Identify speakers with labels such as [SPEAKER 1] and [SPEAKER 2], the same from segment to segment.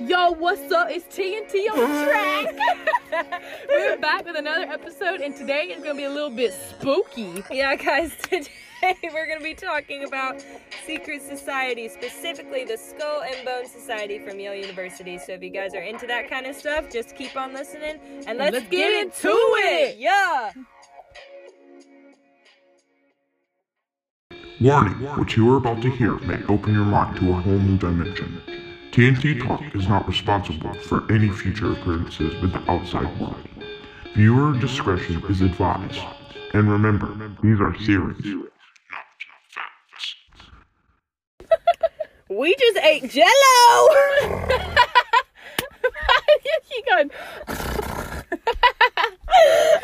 [SPEAKER 1] Yo, what's up? It's TNT on track. We're back with another episode, and today is gonna be a little bit spooky.
[SPEAKER 2] Yeah, guys, today we're going to be talking about secret societies, specifically the Skull and Bone Society from Yale University. So if you guys are into that kind of stuff, just keep on listening and let's,
[SPEAKER 1] Let's get into it.
[SPEAKER 2] Yeah.
[SPEAKER 3] Warning, what you are about to hear may open your mind to a whole new dimension. TNT Talk is not responsible for any future occurrences with the outside world. Viewer discretion is advised. And remember, these are theories, not facts.
[SPEAKER 2] We just ate jello.
[SPEAKER 1] you keep going.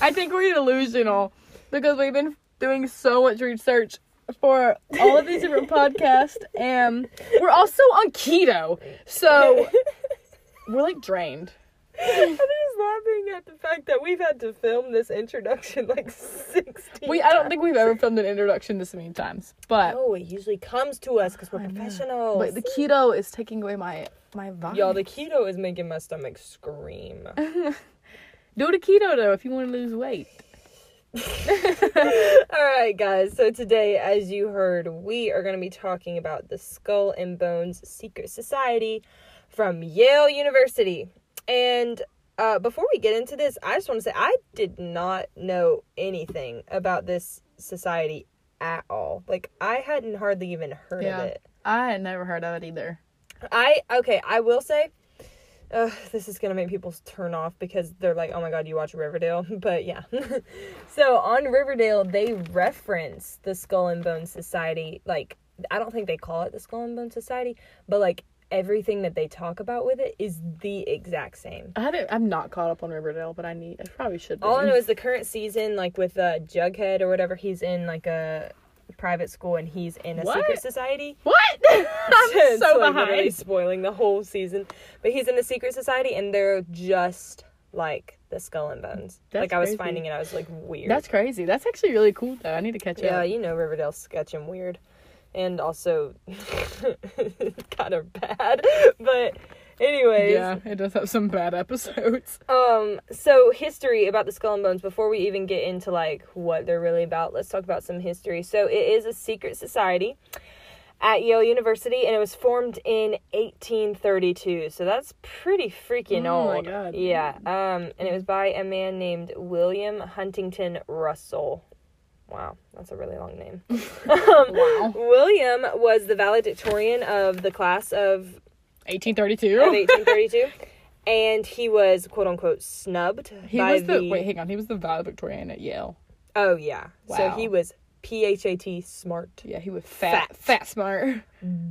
[SPEAKER 1] I think we're delusional because we've been doing so much research for all of these different podcasts, and we're also on keto, so we're like drained.
[SPEAKER 2] I'm just laughing at the fact that we've had to film this introduction like 60
[SPEAKER 1] We I don't think we've ever filmed an introduction this many times, but
[SPEAKER 2] Oh, it usually comes to us because we're professionals.
[SPEAKER 1] but the keto is taking away my my vibe.
[SPEAKER 2] Y'all, the keto is making my stomach scream.
[SPEAKER 1] Do the keto though if you want to lose weight.
[SPEAKER 2] All right, guys. So today, as you heard, we are going to be talking about the Skull and Bones Secret Society from Yale University. And uh, before we get into this, I just want to say I did not know anything about this society at all. Like I hadn't hardly even heard
[SPEAKER 1] Yeah.
[SPEAKER 2] of it.
[SPEAKER 1] I had never heard of it either.
[SPEAKER 2] I okay, I will say uh, this is gonna make people turn off because they're like, oh my god, you watch Riverdale, but yeah. so on Riverdale, they reference the Skull and Bone Society. Like, I don't think they call it the Skull and Bone Society, but like everything that they talk about with it is the exact same.
[SPEAKER 1] I didn't, I'm not caught up on Riverdale, but I need. I probably should. Be.
[SPEAKER 2] All I know is the current season, like with uh, Jughead or whatever, he's in like a private school and he's in a
[SPEAKER 1] What?
[SPEAKER 2] secret society.
[SPEAKER 1] what? I'm
[SPEAKER 2] It's,
[SPEAKER 1] so
[SPEAKER 2] like, literally
[SPEAKER 1] behind.
[SPEAKER 2] spoiling the whole season. But he's in the secret society, and they're just like the Skull and Bones.
[SPEAKER 1] That's
[SPEAKER 2] like I was
[SPEAKER 1] crazy.
[SPEAKER 2] finding it, I was like weird.
[SPEAKER 1] That's crazy. That's actually really cool though. I need to catch
[SPEAKER 2] yeah,
[SPEAKER 1] up.
[SPEAKER 2] you know Riverdale's sketch and weird, and also kind of bad. But anyways,
[SPEAKER 1] Yeah, it does have some bad episodes.
[SPEAKER 2] um, so history about the Skull and Bones before we even get into like what they're really about. Let's talk about some history. So it is a secret society at Yale University, and it was formed in 1832. So that's pretty freaking
[SPEAKER 1] Oh my
[SPEAKER 2] old.
[SPEAKER 1] God.
[SPEAKER 2] Yeah. Um, and it was by a man named William Huntington Russell. Wow, that's a really long name. um, William was the valedictorian of the class of
[SPEAKER 1] 1832.
[SPEAKER 2] 1832, and he was quote unquote snubbed
[SPEAKER 1] He
[SPEAKER 2] by
[SPEAKER 1] was the, wait, hang on. He was the valedictorian at Yale.
[SPEAKER 2] oh yeah, so
[SPEAKER 1] Wow.
[SPEAKER 2] he was PHAT smart,
[SPEAKER 1] Yeah, he was fat, fat,
[SPEAKER 2] Fat.
[SPEAKER 1] smart.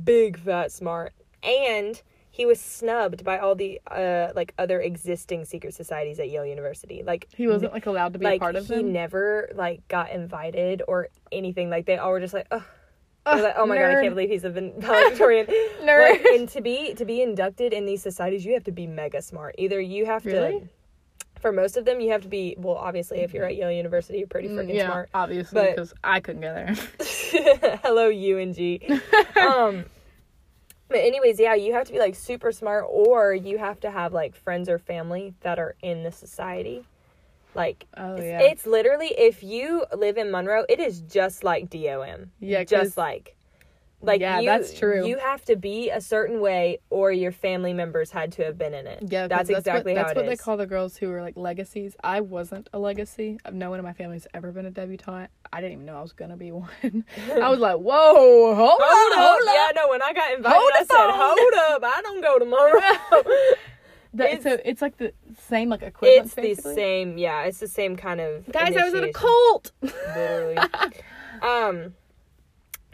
[SPEAKER 2] big fat smart, and he was snubbed by all the uh like other existing secret societies at Yale University. Like
[SPEAKER 1] He wasn't like allowed to be
[SPEAKER 2] like
[SPEAKER 1] a part of
[SPEAKER 2] he
[SPEAKER 1] them.
[SPEAKER 2] never like got invited or anything. Like they all were just like, oh, like, oh my god, I
[SPEAKER 1] nerd.
[SPEAKER 2] can't believe he's a vin- valedictorian.
[SPEAKER 1] Nerd.
[SPEAKER 2] Like, and to be to be inducted in these societies, you have to be mega smart. Either you have
[SPEAKER 1] Really? Mm-hmm.
[SPEAKER 2] to, for most of them, you have to be well. Obviously, if you're at Yale University, you're pretty freaking
[SPEAKER 1] Mm, yeah,
[SPEAKER 2] smart.
[SPEAKER 1] obviously,
[SPEAKER 2] but-
[SPEAKER 1] because I couldn't go there.
[SPEAKER 2] Hello, UNG. um, but anyways, yeah, you have to be like super smart, or you have to have like friends or family that are in the society. Like,
[SPEAKER 1] Oh,
[SPEAKER 2] it's,
[SPEAKER 1] yeah.
[SPEAKER 2] it's literally if you live in Monroe, it is just like DOM.
[SPEAKER 1] Yeah, 'cause-
[SPEAKER 2] just like. Like
[SPEAKER 1] Yeah,
[SPEAKER 2] you,
[SPEAKER 1] that's true.
[SPEAKER 2] You have to be a certain way, or your family members had to have been in it.
[SPEAKER 1] Yeah, 'cause
[SPEAKER 2] that's, exactly
[SPEAKER 1] what,
[SPEAKER 2] how
[SPEAKER 1] that's
[SPEAKER 2] it
[SPEAKER 1] what they
[SPEAKER 2] is.
[SPEAKER 1] call the girls who are like legacies. I wasn't a legacy. No one in my family's ever been a debutante. I didn't even know I was gonna be one. I was like, whoa, hold on,
[SPEAKER 2] Hold up!
[SPEAKER 1] hold
[SPEAKER 2] Yeah,
[SPEAKER 1] up.
[SPEAKER 2] no. When I got invited,
[SPEAKER 1] Hold
[SPEAKER 2] I
[SPEAKER 1] the
[SPEAKER 2] said,
[SPEAKER 1] phone.
[SPEAKER 2] "Hold up! I don't go to Monroe."
[SPEAKER 1] That-
[SPEAKER 2] it's-
[SPEAKER 1] so it's like the same like equivalent.
[SPEAKER 2] it's
[SPEAKER 1] basically.
[SPEAKER 2] the same yeah it's the same kind of
[SPEAKER 1] Guys, I was in a
[SPEAKER 2] initiation,
[SPEAKER 1] cult.
[SPEAKER 2] literally um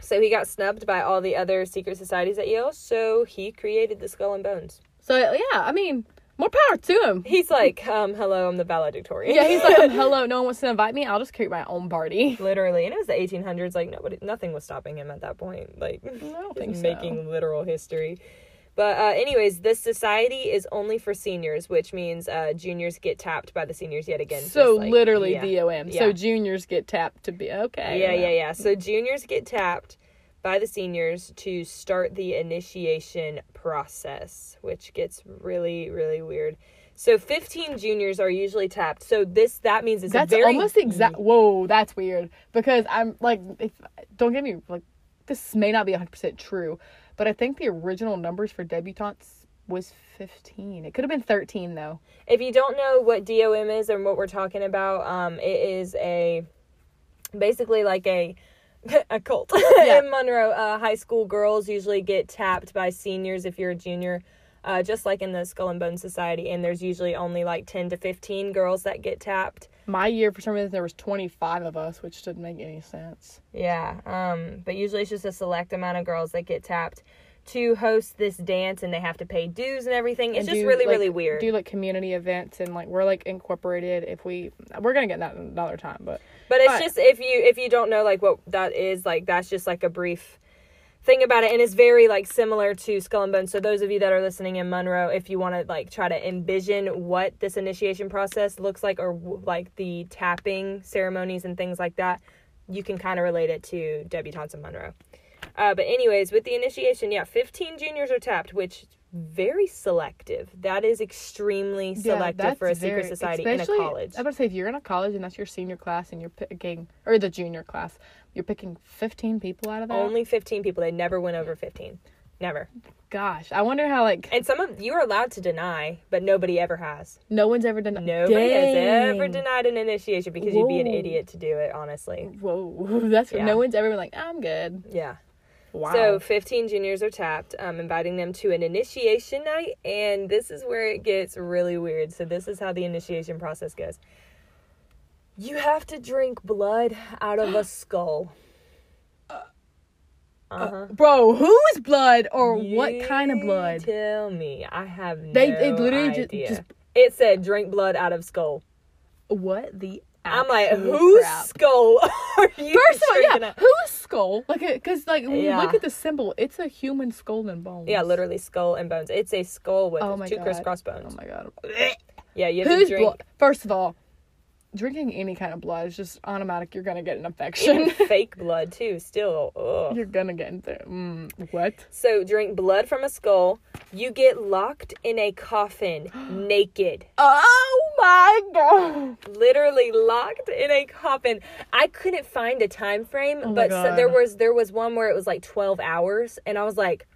[SPEAKER 2] so he got snubbed by all the other secret societies at yale so he created the skull and bones
[SPEAKER 1] So yeah, I mean, more power to him.
[SPEAKER 2] he's like um hello i'm the valedictorian
[SPEAKER 1] Yeah, he's like, um, hello, no one wants to invite me. I'll just create my own party.
[SPEAKER 2] literally and it was the 1800s like nobody nothing was stopping him at that point like
[SPEAKER 1] I don't
[SPEAKER 2] he's
[SPEAKER 1] think so.
[SPEAKER 2] making literal history But uh, anyways, this society is only for seniors, which means uh, juniors get tapped by the seniors yet again.
[SPEAKER 1] So
[SPEAKER 2] Just like-
[SPEAKER 1] literally
[SPEAKER 2] yeah.
[SPEAKER 1] DOM.
[SPEAKER 2] Yeah.
[SPEAKER 1] So juniors get tapped to be okay.
[SPEAKER 2] Yeah, yeah, yeah. So juniors get tapped by the seniors to start the initiation process, which gets really, really weird. So 15 juniors are usually tapped. So this that means it's a
[SPEAKER 1] That's
[SPEAKER 2] very mm.
[SPEAKER 1] almost exact. Whoa, that's weird. Because I'm like, if, don't get me like, this may not be 100 percent true, but I think the original numbers for debutantes was 15. It could have been 13 though.
[SPEAKER 2] If you don't know what DOM is and what we're talking about, um, it is a basically like a a cult
[SPEAKER 1] Yeah.
[SPEAKER 2] in Monroe. Uh, high school girls usually get tapped by seniors if you're a junior, uh, just like in the Skull and Bone Society. And there's usually only like ten to fifteen girls that get tapped.
[SPEAKER 1] My year, for some reason, there was 25 of us, which didn't make any sense.
[SPEAKER 2] Yeah, um, but usually it's just a select amount of girls that get tapped to host this dance, and they have to pay dues and everything. It's
[SPEAKER 1] And
[SPEAKER 2] just
[SPEAKER 1] do,
[SPEAKER 2] really,
[SPEAKER 1] like-
[SPEAKER 2] really weird.
[SPEAKER 1] Do like community events and like we're like incorporated. If we, we're gonna get that another time, but
[SPEAKER 2] But it's
[SPEAKER 1] But-
[SPEAKER 2] just if you if you don't know like what that is, like that's just like a brief thing about it, and it's very like similar to Skull and Bones. So those of you that are listening in Monroe, if you want to like try to envision what this initiation process looks like, or w- like the tapping ceremonies and things like that, you can kind of relate it to debutantes in Monroe. Uh, but anyways, with the initiation, yeah, fifteen juniors are tapped, which is very selective. That is extremely selective for a secret
[SPEAKER 1] very-
[SPEAKER 2] society in a
[SPEAKER 1] especially-
[SPEAKER 2] college.
[SPEAKER 1] I'm about to say if you're in a college and that's your senior class and you're picking or the junior class, you're picking 15 people out of that.
[SPEAKER 2] Only 15 people. They never went over 15. Never.
[SPEAKER 1] Gosh, I wonder how like
[SPEAKER 2] And some of you are allowed to deny, but nobody ever has.
[SPEAKER 1] no one's ever done.
[SPEAKER 2] Nobody has ever
[SPEAKER 1] Dang.
[SPEAKER 2] denied an initiation because you'd be an
[SPEAKER 1] Whoa.
[SPEAKER 2] idiot to do it, honestly.
[SPEAKER 1] Whoa, that's
[SPEAKER 2] Yeah.
[SPEAKER 1] no one's ever been like I'm good.
[SPEAKER 2] Yeah.
[SPEAKER 1] Wow.
[SPEAKER 2] So 15 juniors are tapped, um, inviting them to an initiation night, and this is where it gets really weird. So this is how the initiation process goes. You have to drink blood out of a skull. Uh-huh.
[SPEAKER 1] bro, whose blood or what
[SPEAKER 2] You
[SPEAKER 1] kind of blood?
[SPEAKER 2] Tell me. I have no
[SPEAKER 1] They- they literally ju-
[SPEAKER 2] idea.
[SPEAKER 1] just-
[SPEAKER 2] it said drink blood out of skull.
[SPEAKER 1] what the?
[SPEAKER 2] I'm like,
[SPEAKER 1] actual
[SPEAKER 2] whose
[SPEAKER 1] crap?
[SPEAKER 2] skull are you?
[SPEAKER 1] First of all,
[SPEAKER 2] drinking
[SPEAKER 1] yeah,
[SPEAKER 2] out-
[SPEAKER 1] whose skull? Like, because like when
[SPEAKER 2] Yeah.
[SPEAKER 1] you look at the symbol, it's a human skull and bones.
[SPEAKER 2] Yeah, literally skull and bones. It's a skull with
[SPEAKER 1] Oh
[SPEAKER 2] two
[SPEAKER 1] my God.
[SPEAKER 2] crisscross
[SPEAKER 1] Oh
[SPEAKER 2] bones.
[SPEAKER 1] my god.
[SPEAKER 2] yeah, you have
[SPEAKER 1] Who's
[SPEAKER 2] to drink.
[SPEAKER 1] blood? First of all, drinking any kind of blood is just automatic. You're gonna get an infection.
[SPEAKER 2] fake blood too still ugh.
[SPEAKER 1] you're gonna get into mm, what?
[SPEAKER 2] so drink blood from a skull you get locked in a coffin naked
[SPEAKER 1] Oh my god!
[SPEAKER 2] literally locked in a coffin i couldn't find a time frame
[SPEAKER 1] Oh my
[SPEAKER 2] but so
[SPEAKER 1] God.
[SPEAKER 2] there was there was one where it was like 12 hours and i was like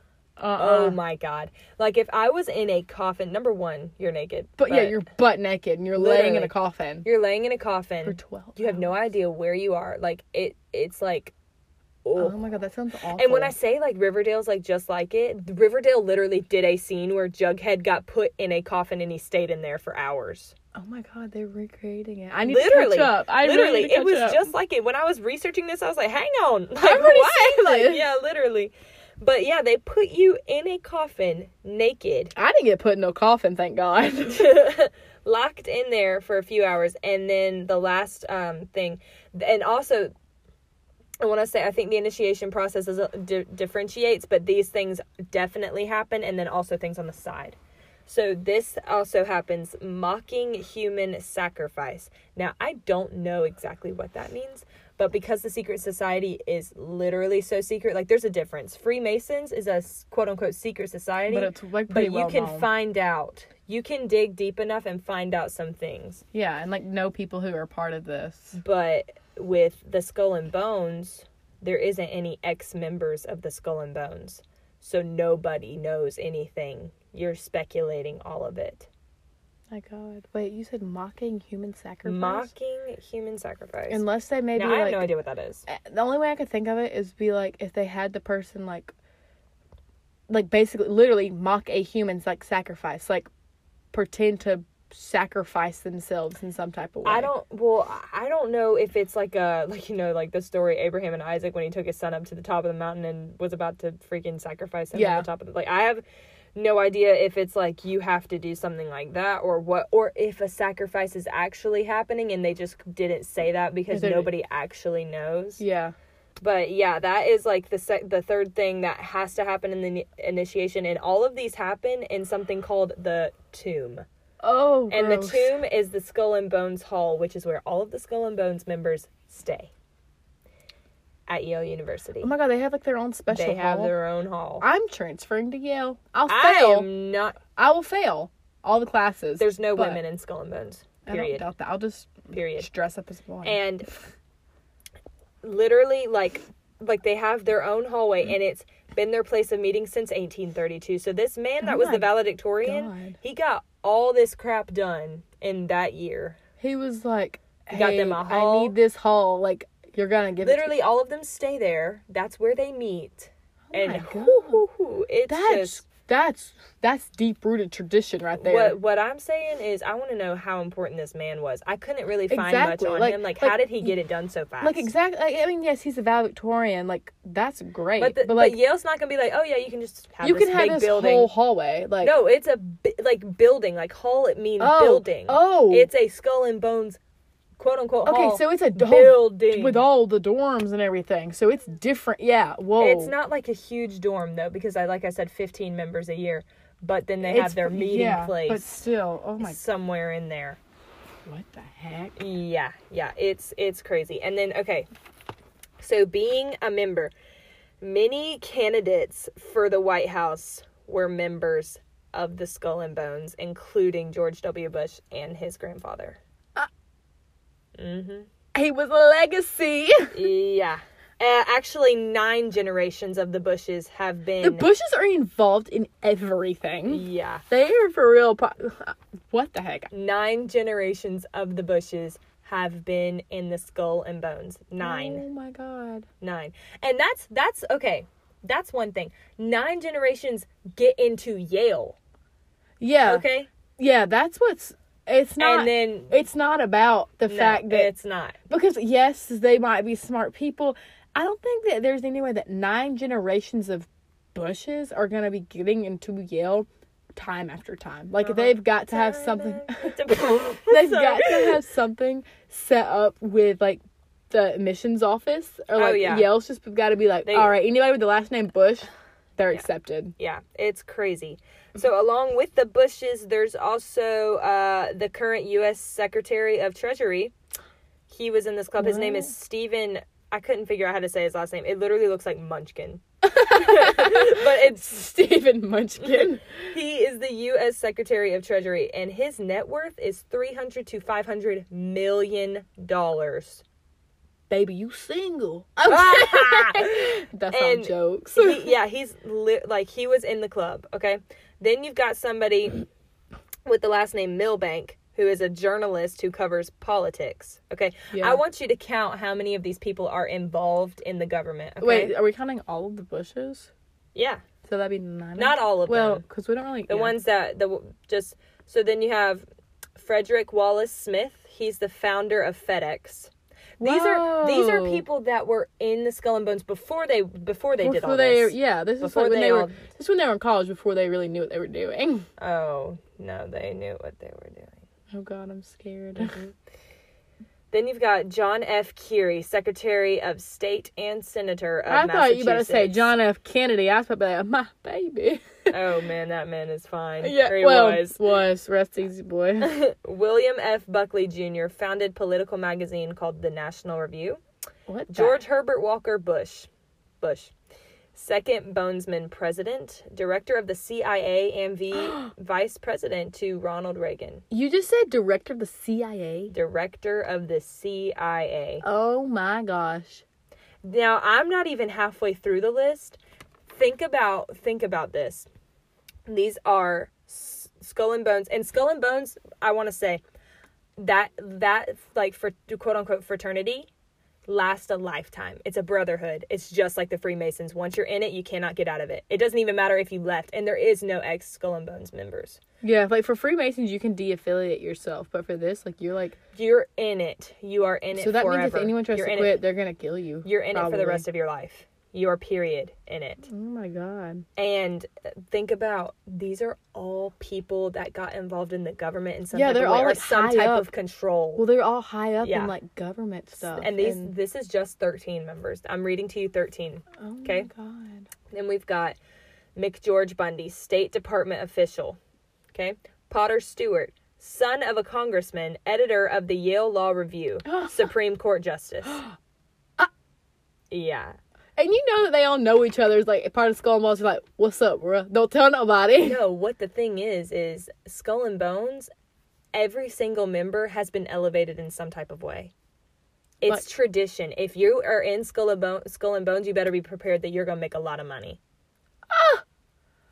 [SPEAKER 1] Uh-uh.
[SPEAKER 2] oh my god like if i was in a coffin number one you're naked
[SPEAKER 1] but, yeah, you're butt naked and you're laying in
[SPEAKER 2] Literally.
[SPEAKER 1] a coffin
[SPEAKER 2] you're laying in a coffin
[SPEAKER 1] for twelve.
[SPEAKER 2] you have no idea where you are like it it's like
[SPEAKER 1] Oh
[SPEAKER 2] ugh.
[SPEAKER 1] my god, that sounds awful.
[SPEAKER 2] And when I say like Riverdale's like just like it, Riverdale literally did a scene where Jughead got put in a coffin and he stayed in there for hours.
[SPEAKER 1] oh my god, they're recreating it. I need
[SPEAKER 2] Literally,
[SPEAKER 1] to catch up. I really
[SPEAKER 2] literally,
[SPEAKER 1] need to
[SPEAKER 2] it was
[SPEAKER 1] catch up.
[SPEAKER 2] just like it. When I was researching this, I was like, "Hang on, like,
[SPEAKER 1] already
[SPEAKER 2] why?"
[SPEAKER 1] seen
[SPEAKER 2] Like,
[SPEAKER 1] this.
[SPEAKER 2] yeah, literally. But yeah, they put you in a coffin, naked,
[SPEAKER 1] I didn't get put in no coffin, thank God.
[SPEAKER 2] locked in there for a few hours, and then the last um, thing, and also. I want to say I think the initiation process is, uh, di- differentiates, but these things definitely happen, and then also things on the side. So this also happens mocking human sacrifice. Now, I don't know exactly what that means, but because the secret society is literally so secret, like there's a difference. Freemasons is a quote unquote secret society,
[SPEAKER 1] But it's, like,
[SPEAKER 2] but
[SPEAKER 1] pretty
[SPEAKER 2] you
[SPEAKER 1] well
[SPEAKER 2] can
[SPEAKER 1] known.
[SPEAKER 2] find out. You can dig deep enough and find out some things.
[SPEAKER 1] yeah, and like know people who are part of this.
[SPEAKER 2] But with the Skull and Bones, there isn't any ex members of the Skull and Bones. So nobody knows anything. You're speculating all of it.
[SPEAKER 1] My God, wait, you said mocking human sacrifice.
[SPEAKER 2] Mocking human sacrifice.
[SPEAKER 1] Unless they maybe
[SPEAKER 2] now, I have
[SPEAKER 1] like
[SPEAKER 2] no idea what that is.
[SPEAKER 1] the only way I could think of it is be like if they had the person like like basically literally mock a human's like sacrifice, like pretend to sacrifice themselves in some type of way.
[SPEAKER 2] I don't. Well, I don't know if it's like a like you know like the story Abraham and Isaac when he took his son up to the top of the mountain and was about to freaking sacrifice him
[SPEAKER 1] Yeah.
[SPEAKER 2] on the top of the like. I have no idea if it's like you have to do something like that or what or if a sacrifice is actually happening and they just didn't say that because
[SPEAKER 1] Is it-
[SPEAKER 2] nobody actually knows.
[SPEAKER 1] Yeah.
[SPEAKER 2] But yeah, that is like the sec- the third thing that has to happen in the ni- initiation, and all of these happen in something called the tomb.
[SPEAKER 1] Oh,
[SPEAKER 2] And
[SPEAKER 1] gross.
[SPEAKER 2] the tomb is the Skull and Bones Hall, which is where all of the Skull and Bones members stay at Yale University.
[SPEAKER 1] Oh my god, they have like their own special.
[SPEAKER 2] they have
[SPEAKER 1] hall.
[SPEAKER 2] their own hall.
[SPEAKER 1] I'm transferring to Yale. I'll
[SPEAKER 2] I
[SPEAKER 1] fail.
[SPEAKER 2] am not.
[SPEAKER 1] I will fail all the classes.
[SPEAKER 2] There's no
[SPEAKER 1] but
[SPEAKER 2] women in Skull and Bones.
[SPEAKER 1] I don't
[SPEAKER 2] Period.
[SPEAKER 1] doubt that. I'll just
[SPEAKER 2] Period.
[SPEAKER 1] dress up as a boy.
[SPEAKER 2] and literally like like they have their own hallway and it's been their place of meeting since 1832 so this man that
[SPEAKER 1] Oh
[SPEAKER 2] was
[SPEAKER 1] my
[SPEAKER 2] the valedictorian
[SPEAKER 1] God.
[SPEAKER 2] he got all this crap done in that year
[SPEAKER 1] he was like, hey,
[SPEAKER 2] Got them a
[SPEAKER 1] I
[SPEAKER 2] hall.
[SPEAKER 1] need this hall. Like you're gonna give it.
[SPEAKER 2] literally all of them stay there that's where they meet
[SPEAKER 1] Oh my
[SPEAKER 2] and
[SPEAKER 1] God.
[SPEAKER 2] whoo, whoo, whoo, it's
[SPEAKER 1] To me. That's
[SPEAKER 2] just
[SPEAKER 1] that's that's deep rooted tradition right there.
[SPEAKER 2] what what i'm saying is i want to know how important this man was i couldn't really find
[SPEAKER 1] Exactly,
[SPEAKER 2] much on
[SPEAKER 1] like-
[SPEAKER 2] him like,
[SPEAKER 1] like,
[SPEAKER 2] how did he get it done so fast
[SPEAKER 1] Like exactly. Like, I mean, yes, he's a valedictorian. Like that's great.
[SPEAKER 2] but, the, but
[SPEAKER 1] like
[SPEAKER 2] yale's not gonna be like oh yeah you can just have
[SPEAKER 1] you
[SPEAKER 2] this
[SPEAKER 1] can have
[SPEAKER 2] big
[SPEAKER 1] this
[SPEAKER 2] building
[SPEAKER 1] whole hallway. Like
[SPEAKER 2] No, it's a bi- like building, like hall. It means
[SPEAKER 1] Oh,
[SPEAKER 2] building.
[SPEAKER 1] oh.
[SPEAKER 2] it's a skull and bones, quote unquote.
[SPEAKER 1] Okay,
[SPEAKER 2] hall
[SPEAKER 1] so it's a d- whole-
[SPEAKER 2] building
[SPEAKER 1] with all the dorms and everything. So it's different. Yeah. Whoa.
[SPEAKER 2] It's not like a huge dorm though, because I like I said, fifteen members a year. But then they
[SPEAKER 1] It's-
[SPEAKER 2] have their meeting
[SPEAKER 1] yeah, But
[SPEAKER 2] place
[SPEAKER 1] still, oh my,
[SPEAKER 2] somewhere in there.
[SPEAKER 1] what the heck?
[SPEAKER 2] Yeah, yeah, it's it's crazy. And then okay, so being a member, many candidates for the White House were members of the Skull and Bones, including George W. Bush and his grandfather.
[SPEAKER 1] He was a legacy.
[SPEAKER 2] Yeah. Uh, actually, nine generations of the Bushes have been.
[SPEAKER 1] The Bushes are involved in everything.
[SPEAKER 2] Yeah.
[SPEAKER 1] They are for real. Po- what the heck?
[SPEAKER 2] Nine generations of the Bushes have been in the skull and bones. Nine.
[SPEAKER 1] Oh my god.
[SPEAKER 2] Nine. And that's, that's, okay. That's one thing. Nine generations get into Yale.
[SPEAKER 1] Yeah.
[SPEAKER 2] Okay?
[SPEAKER 1] Yeah, that's what's. It's not.
[SPEAKER 2] and then.
[SPEAKER 1] it's not about the
[SPEAKER 2] no,
[SPEAKER 1] fact that
[SPEAKER 2] it's not.
[SPEAKER 1] because yes, they might be smart people. I don't think that there's any way that nine generations of Bushes are gonna be getting into Yale time after time.
[SPEAKER 2] Uh-huh.
[SPEAKER 1] Like they've got to have something.
[SPEAKER 2] They've
[SPEAKER 1] They've got to have something set up with like the admissions office or like
[SPEAKER 2] Oh, yeah.
[SPEAKER 1] Yale's just got to be like,
[SPEAKER 2] They-
[SPEAKER 1] all right, anybody with the last name Bush, they're accepted.
[SPEAKER 2] Yeah, it's crazy. So, along with the Bushes, there's also uh, the current U.S. Secretary of Treasury. He was in this club. His name is Stephen. I couldn't figure out how to say his last name. It literally looks like Munchkin. but it's
[SPEAKER 1] Stephen Munchkin.
[SPEAKER 2] he is the U.S. Secretary of Treasury, and his net worth is three hundred to five hundred million dollars.
[SPEAKER 1] Baby, you single? That's all
[SPEAKER 2] And
[SPEAKER 1] jokes.
[SPEAKER 2] he, yeah, he's li- like he was in the club. Okay, then you've got somebody with the last name Milbank, who is a journalist who covers politics. Okay,
[SPEAKER 1] Yeah.
[SPEAKER 2] I want you to count how many of these people are involved in the government. Okay?
[SPEAKER 1] Wait, are we counting all of the Bushes?
[SPEAKER 2] yeah,
[SPEAKER 1] So that'd be nine.
[SPEAKER 2] Not all of
[SPEAKER 1] well,
[SPEAKER 2] them.
[SPEAKER 1] because we don't really.
[SPEAKER 2] the
[SPEAKER 1] yeah.
[SPEAKER 2] ones that the w- just so then you have Frederick Wallace Smith. He's the founder of FedEx. These are these are
[SPEAKER 1] Whoa.
[SPEAKER 2] people that were in the Skull and Bones before they before they did
[SPEAKER 1] Before
[SPEAKER 2] all
[SPEAKER 1] they,
[SPEAKER 2] this.
[SPEAKER 1] yeah, this is
[SPEAKER 2] Before
[SPEAKER 1] like when
[SPEAKER 2] they
[SPEAKER 1] they, were.
[SPEAKER 2] all-
[SPEAKER 1] This is when they were in college before they really knew what they were doing.
[SPEAKER 2] Oh no, they knew what they were doing.
[SPEAKER 1] Oh God, I'm scared.
[SPEAKER 2] Then you've got John F. Keary, Secretary of State and Senator of
[SPEAKER 1] I thought you better say
[SPEAKER 2] Massachusetts.
[SPEAKER 1] John F. Kennedy. I was about to say, my baby.
[SPEAKER 2] Oh man, that man is fine.
[SPEAKER 1] Yeah,
[SPEAKER 2] Or he
[SPEAKER 1] well,
[SPEAKER 2] was.
[SPEAKER 1] rest easy, boy.
[SPEAKER 2] William F. Buckley Jr. founded political magazine called the National Review.
[SPEAKER 1] what the-
[SPEAKER 2] George Herbert Walker Bush, Bush, second Bonesman president, director of the CIA and v- vice president to Ronald Reagan,
[SPEAKER 1] You just said director of the CIA.
[SPEAKER 2] director of the CIA.
[SPEAKER 1] Oh my gosh.
[SPEAKER 2] Now, I'm not even halfway through the list. Think about think about this. These are S- Skull and Bones and Skull and Bones, I want to say that that like for quote unquote fraternity lasts a lifetime. It's a brotherhood. It's just like the Freemasons. Once you're in it, you cannot get out of it. It doesn't even matter if you left and there is no ex Skull and Bones members.
[SPEAKER 1] Yeah, like for Freemasons, you can de-affiliate yourself, but for this, like you're like.
[SPEAKER 2] You're in it. You are in it
[SPEAKER 1] So that means
[SPEAKER 2] forever.
[SPEAKER 1] if anyone tries
[SPEAKER 2] You're
[SPEAKER 1] to
[SPEAKER 2] in
[SPEAKER 1] quit,
[SPEAKER 2] it.
[SPEAKER 1] they're gonna kill you.
[SPEAKER 2] you're in it for
[SPEAKER 1] probably.
[SPEAKER 2] the rest of your life. your period in it.
[SPEAKER 1] Oh my god.
[SPEAKER 2] And think about these are all people that got involved in the government in some
[SPEAKER 1] Yeah,
[SPEAKER 2] type
[SPEAKER 1] they're
[SPEAKER 2] of way,
[SPEAKER 1] all,
[SPEAKER 2] or
[SPEAKER 1] like,
[SPEAKER 2] some
[SPEAKER 1] high
[SPEAKER 2] type
[SPEAKER 1] up.
[SPEAKER 2] of control.
[SPEAKER 1] Well, they're all high up
[SPEAKER 2] Yeah.
[SPEAKER 1] in like government stuff.
[SPEAKER 2] and these this is just 13 members. I'm reading to you 13.
[SPEAKER 1] oh
[SPEAKER 2] okay.
[SPEAKER 1] my god.
[SPEAKER 2] Then we've got Mick George Bundy, State Department official. Okay? Potter Stewart, son of a congressman, editor of the Yale Law Review, Supreme Court justice.
[SPEAKER 1] Ah.
[SPEAKER 2] yeah.
[SPEAKER 1] And you know that they all know each other's like part of Skull and Bones. You're like, what's up, bruh? Don't tell nobody.
[SPEAKER 2] No, what the thing is is Skull and Bones, every single member has been elevated in some type of way. It's
[SPEAKER 1] Like-
[SPEAKER 2] tradition. If you are in Skull and, Bone, Skull and Bones, you better be prepared that you're gonna make a lot of money.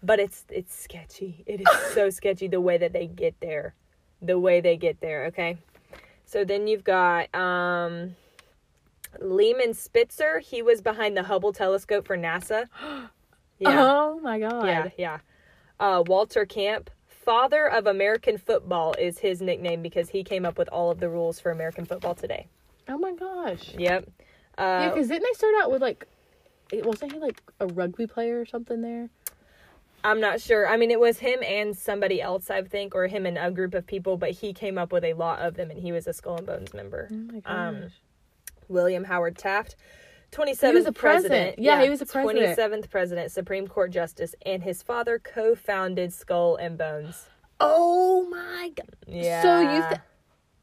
[SPEAKER 2] But it's it's sketchy. It is so sketchy the way that they get there, the way they get there. Okay, so then you've got um, Lehman Spitzer. He was behind the Hubble telescope for NASA.
[SPEAKER 1] Oh my god.
[SPEAKER 2] Yeah, yeah. Uh, Walter Camp, father of American football, is his nickname because he came up with all of the rules for American football today.
[SPEAKER 1] Oh my gosh.
[SPEAKER 2] Yep. Uh,
[SPEAKER 1] Yeah, because didn't they start out with like, it wasn't he like a rugby player or something there?
[SPEAKER 2] I'm not sure. I mean, it was him and somebody else, I think, or him and a group of people, but he came up with a lot of them, and he was a Skull and Bones member.
[SPEAKER 1] Oh my gosh.
[SPEAKER 2] Um, William Howard Taft, 27th
[SPEAKER 1] a president.
[SPEAKER 2] president.
[SPEAKER 1] Yeah, he was a president.
[SPEAKER 2] 27th president, Supreme Court justice, and his father co-founded Skull and Bones.
[SPEAKER 1] oh my god.
[SPEAKER 2] Yeah.
[SPEAKER 1] So you th-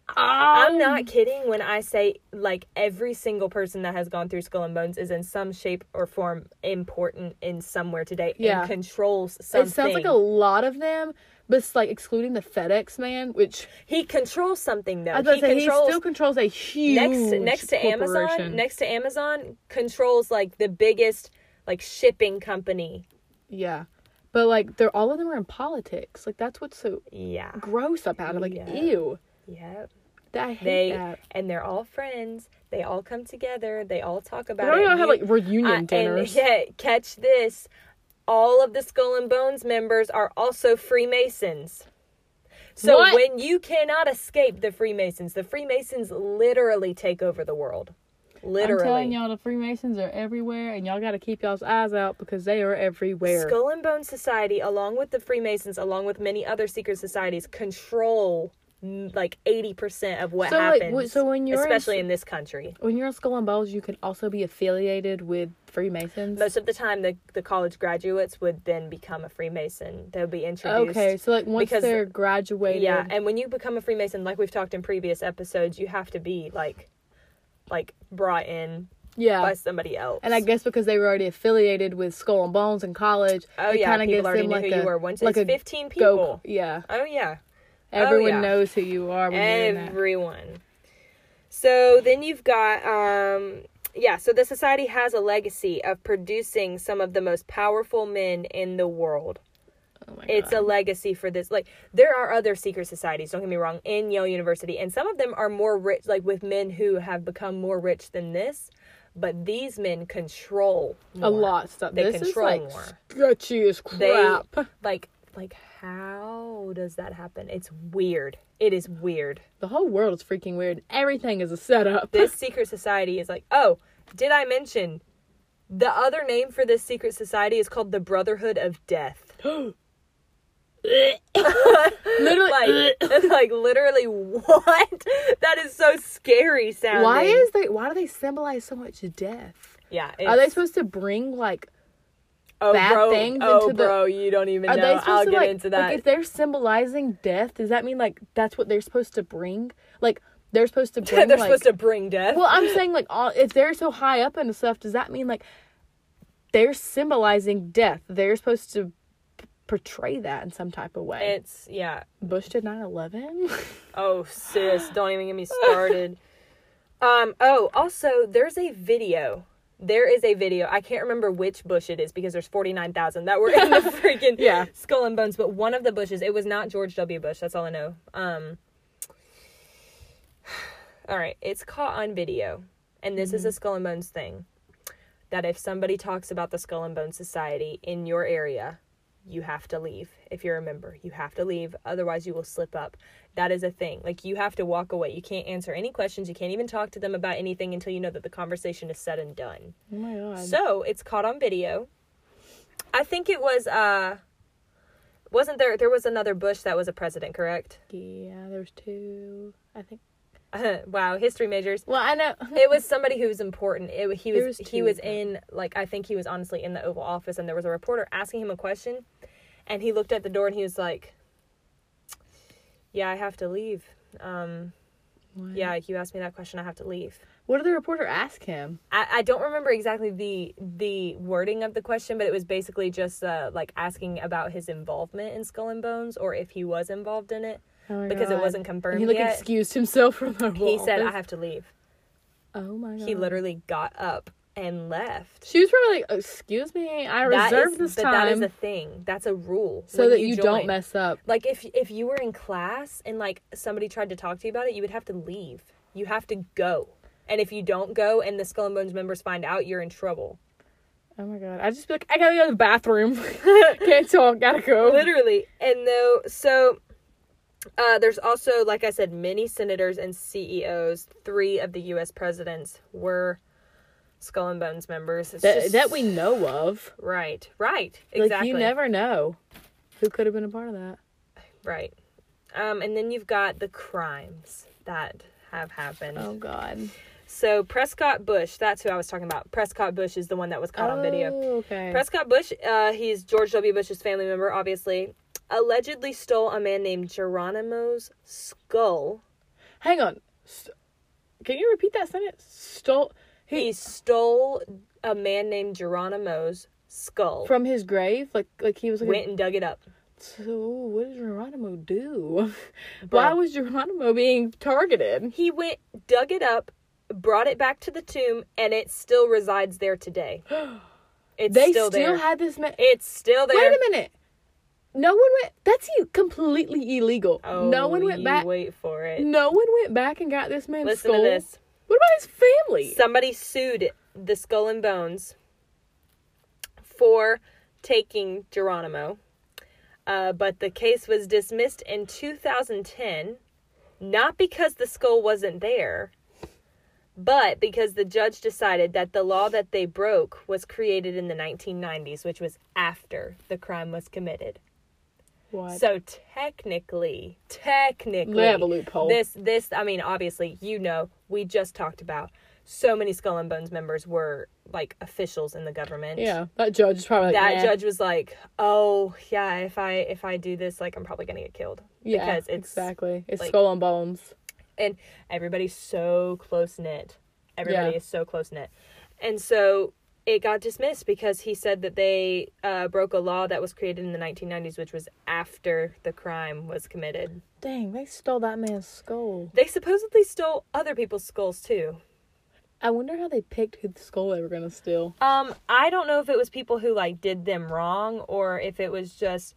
[SPEAKER 2] I'm
[SPEAKER 1] Um,
[SPEAKER 2] not kidding when I say like every single person that has gone through Skull and Bones is in some shape or form important in somewhere today
[SPEAKER 1] Yeah.
[SPEAKER 2] and controls something.
[SPEAKER 1] It sounds like a lot of them, but it's like excluding the FedEx man, which
[SPEAKER 2] he controls something though.
[SPEAKER 1] I was gonna
[SPEAKER 2] he
[SPEAKER 1] say
[SPEAKER 2] controls
[SPEAKER 1] he still controls a huge
[SPEAKER 2] next next to Amazon.
[SPEAKER 1] corporation.
[SPEAKER 2] Next to Amazon controls like the biggest like shipping company.
[SPEAKER 1] yeah, but like they're all of them are in politics. Like that's what's so
[SPEAKER 2] Yeah.
[SPEAKER 1] gross about it. Like
[SPEAKER 2] Yeah.
[SPEAKER 1] ew,
[SPEAKER 2] Yep.
[SPEAKER 1] that I hate
[SPEAKER 2] They
[SPEAKER 1] that.
[SPEAKER 2] and they're all friends. They all come together. They all talk
[SPEAKER 1] They
[SPEAKER 2] about
[SPEAKER 1] don't
[SPEAKER 2] it.
[SPEAKER 1] even have
[SPEAKER 2] You-
[SPEAKER 1] like reunion
[SPEAKER 2] Uh,
[SPEAKER 1] dinners.
[SPEAKER 2] And yeah, catch this. All of the Skull and Bones members are also Freemasons. So
[SPEAKER 1] What?
[SPEAKER 2] when you cannot escape the Freemasons, the Freemasons literally take over the world.
[SPEAKER 1] I'm
[SPEAKER 2] Literally.
[SPEAKER 1] telling y'all, the Freemasons are everywhere, and y'all got to keep y'all's eyes out because they are everywhere.
[SPEAKER 2] Skull and Bones Society, along with the Freemasons, along with many other secret societies, control mm, like 80% of what
[SPEAKER 1] So, like,
[SPEAKER 2] happens.
[SPEAKER 1] wh- so when you're in
[SPEAKER 2] especially
[SPEAKER 1] s-
[SPEAKER 2] in this country.
[SPEAKER 1] when you're in Skull and Bones, you can also be affiliated with Freemasons.
[SPEAKER 2] Most of the time, the, the college graduates would then become a Freemason. They'll be introduced.
[SPEAKER 1] Okay, so like once
[SPEAKER 2] because-
[SPEAKER 1] they're graduated,
[SPEAKER 2] Yeah, and when you become a Freemason, like we've talked in previous episodes, you have to be like, like brought in
[SPEAKER 1] yeah,
[SPEAKER 2] by somebody else.
[SPEAKER 1] And I guess because they were already affiliated with Skull and Bones in college,
[SPEAKER 2] oh
[SPEAKER 1] it
[SPEAKER 2] yeah,
[SPEAKER 1] kind of
[SPEAKER 2] people
[SPEAKER 1] gives
[SPEAKER 2] already
[SPEAKER 1] them
[SPEAKER 2] knew
[SPEAKER 1] like
[SPEAKER 2] who
[SPEAKER 1] a
[SPEAKER 2] you were. Once
[SPEAKER 1] like
[SPEAKER 2] it's
[SPEAKER 1] a
[SPEAKER 2] fifteen people.
[SPEAKER 1] go. Yeah,
[SPEAKER 2] Oh yeah,
[SPEAKER 1] everyone
[SPEAKER 2] yeah.
[SPEAKER 1] knows who you are when you're in that.
[SPEAKER 2] everyone. So then you've got um. Yeah, so the society has a legacy of producing some of the most powerful men in the world.
[SPEAKER 1] Oh my
[SPEAKER 2] It's
[SPEAKER 1] God.
[SPEAKER 2] a legacy for this. Like there are other secret societies, don't get me wrong, in Yale University, and some of them are more rich, like with men who have become more rich than this. But these men control
[SPEAKER 1] a
[SPEAKER 2] more.
[SPEAKER 1] lot of stuff.
[SPEAKER 2] They
[SPEAKER 1] this
[SPEAKER 2] control
[SPEAKER 1] is like
[SPEAKER 2] more.
[SPEAKER 1] sketchy as
[SPEAKER 2] They
[SPEAKER 1] crap.
[SPEAKER 2] like like how does that happen? It's weird. It is weird.
[SPEAKER 1] The whole world is freaking weird. Everything is a setup.
[SPEAKER 2] This secret society is like, oh, did I mention the other name for this secret society is called the Brotherhood of Death.
[SPEAKER 1] Literally,
[SPEAKER 2] like like literally what that is so scary sounding
[SPEAKER 1] why is they? Why do they symbolize so much death?
[SPEAKER 2] yeah
[SPEAKER 1] Are they
[SPEAKER 2] it's-
[SPEAKER 1] supposed to bring like?
[SPEAKER 2] oh,
[SPEAKER 1] bad
[SPEAKER 2] bro,
[SPEAKER 1] things
[SPEAKER 2] oh,
[SPEAKER 1] into the-
[SPEAKER 2] bro you don't even
[SPEAKER 1] Are they
[SPEAKER 2] know
[SPEAKER 1] supposed
[SPEAKER 2] i'll
[SPEAKER 1] to
[SPEAKER 2] get
[SPEAKER 1] like,
[SPEAKER 2] into
[SPEAKER 1] like,
[SPEAKER 2] that
[SPEAKER 1] if they're symbolizing death, does that mean like that's what they're supposed to bring? Like they're supposed to bring.
[SPEAKER 2] they're
[SPEAKER 1] like,
[SPEAKER 2] supposed to bring death
[SPEAKER 1] Well, I'm saying like all if they're so high up into stuff, does that mean like they're symbolizing death? They're supposed to p- portray that in some type of way.
[SPEAKER 2] it's yeah
[SPEAKER 1] Bush did 9/11.
[SPEAKER 2] oh sis don't even get me started um oh also there's a video there is a video. I can't remember which bush it is because there's 49,000 that were in the freaking
[SPEAKER 1] Yeah.
[SPEAKER 2] skull and bones, but one of the bushes, it was not George W. Bush. That's all I know. Um, all right, it's caught on video, and this
[SPEAKER 1] Mm-hmm.
[SPEAKER 2] is a skull and bones thing. That if somebody talks about the Skull and Bones Society in your area, you have to leave. If you're a member, you have to leave. Otherwise, you will slip up. That is a thing. Like, you have to walk away. You can't answer any questions. You can't even talk to them about anything until you know that the conversation is said and done.
[SPEAKER 1] Oh my god.
[SPEAKER 2] So it's caught on video. I think it was uh wasn't there there was another Bush that was a president, correct?
[SPEAKER 1] yeah, there's two. I think.
[SPEAKER 2] wow, history majors.
[SPEAKER 1] Well, I know.
[SPEAKER 2] It was somebody who was important. It wa- he
[SPEAKER 1] There
[SPEAKER 2] was,
[SPEAKER 1] was
[SPEAKER 2] he
[SPEAKER 1] two
[SPEAKER 2] was
[SPEAKER 1] of them.
[SPEAKER 2] in like I think he was honestly in the Oval Office and there was a reporter asking him a question and he looked at the door and he was like Yeah, I have to leave. Um yeah, you asked me that question, I have to leave.
[SPEAKER 1] What did the reporter ask him?
[SPEAKER 2] I, I don't remember exactly the the wording of the question, but it was basically just uh, like asking about his involvement in Skull and Bones or if he was involved in it
[SPEAKER 1] Oh my
[SPEAKER 2] because it
[SPEAKER 1] God.
[SPEAKER 2] wasn't
[SPEAKER 1] And
[SPEAKER 2] confirmed
[SPEAKER 1] he like
[SPEAKER 2] yet.
[SPEAKER 1] excused himself from the
[SPEAKER 2] he said, "I
[SPEAKER 1] office.
[SPEAKER 2] have to leave."
[SPEAKER 1] "Oh my god."
[SPEAKER 2] He literally got up and left.
[SPEAKER 1] She was probably like, "Excuse me, I
[SPEAKER 2] That
[SPEAKER 1] reserved
[SPEAKER 2] is-
[SPEAKER 1] this
[SPEAKER 2] but
[SPEAKER 1] time,
[SPEAKER 2] that is a thing. That's a rule.
[SPEAKER 1] so
[SPEAKER 2] when
[SPEAKER 1] that you, don't
[SPEAKER 2] join.
[SPEAKER 1] mess up."
[SPEAKER 2] Like if if you were in class and like somebody tried to talk to you about it, you would have to leave. You have to go. And if you don't go and the Skull and Bones members find out, you're in trouble.
[SPEAKER 1] Oh my god! I just be like, "I gotta go to the bathroom. Can't talk. Gotta go."
[SPEAKER 2] literally and though so uh, there's also like i said many senators and ceos three of the us presidents were skull and bones members It's
[SPEAKER 1] that,
[SPEAKER 2] just-
[SPEAKER 1] that we know of.
[SPEAKER 2] right right
[SPEAKER 1] Like
[SPEAKER 2] exactly
[SPEAKER 1] you never know who could have been a part of that.
[SPEAKER 2] right um, and then you've got the crimes that have happened
[SPEAKER 1] Oh god.
[SPEAKER 2] so prescott bush that's who i was talking about prescott bush is the one that was caught on video
[SPEAKER 1] Oh, Okay.
[SPEAKER 2] Prescott Bush, uh, he's George W. Bush's family member, obviously, allegedly stole a man named Geronimo's skull.
[SPEAKER 1] Hang on. St- Can you repeat that sentence? Stole
[SPEAKER 2] He
[SPEAKER 1] he
[SPEAKER 2] stole a man named Geronimo's skull.
[SPEAKER 1] from his grave, like like he was like. a-
[SPEAKER 2] went and dug it up.
[SPEAKER 1] so what did Geronimo do? Why
[SPEAKER 2] Bruh.
[SPEAKER 1] was Geronimo being targeted?
[SPEAKER 2] He went, dug it up, brought it back to the tomb, and it still resides there today. It's
[SPEAKER 1] They
[SPEAKER 2] still,
[SPEAKER 1] still,
[SPEAKER 2] there.
[SPEAKER 1] had this man.
[SPEAKER 2] it's still there.
[SPEAKER 1] Wait a minute. No one went. That's e- completely illegal.
[SPEAKER 2] Oh,
[SPEAKER 1] no one went
[SPEAKER 2] you
[SPEAKER 1] back.
[SPEAKER 2] Wait for it.
[SPEAKER 1] No one went back and got this man's
[SPEAKER 2] Listen
[SPEAKER 1] skull.
[SPEAKER 2] to this.
[SPEAKER 1] What about his family?
[SPEAKER 2] Somebody sued the Skull and Bones for taking Geronimo, uh, but the case was dismissed in 2010, not because the skull wasn't there, but because the judge decided that the law that they broke was created in the 1990s, which was after the crime was committed.
[SPEAKER 1] What?
[SPEAKER 2] So technically, technically,
[SPEAKER 1] They have a loophole.
[SPEAKER 2] This, this, I mean, obviously, you know, we just talked about so many Skull and Bones members were like officials in the government.
[SPEAKER 1] yeah, that judge is probably like,
[SPEAKER 2] That
[SPEAKER 1] "Nah."
[SPEAKER 2] judge was like, "Oh yeah, if I if I do this, like I'm probably gonna get killed."
[SPEAKER 1] Yeah,
[SPEAKER 2] because it's
[SPEAKER 1] exactly. It's
[SPEAKER 2] like-
[SPEAKER 1] skull and bones.
[SPEAKER 2] and everybody's so close knit. Everybody
[SPEAKER 1] Yeah.
[SPEAKER 2] is so close knit, and so it got dismissed because he said that they uh, broke a law that was created in the 1990s, which was after the crime was committed.
[SPEAKER 1] Dang, they stole that man's skull.
[SPEAKER 2] They supposedly stole other people's skulls too.
[SPEAKER 1] I wonder how they picked whose skull they were gonna steal.
[SPEAKER 2] Um, I don't know if it was people who like did them wrong or if it was just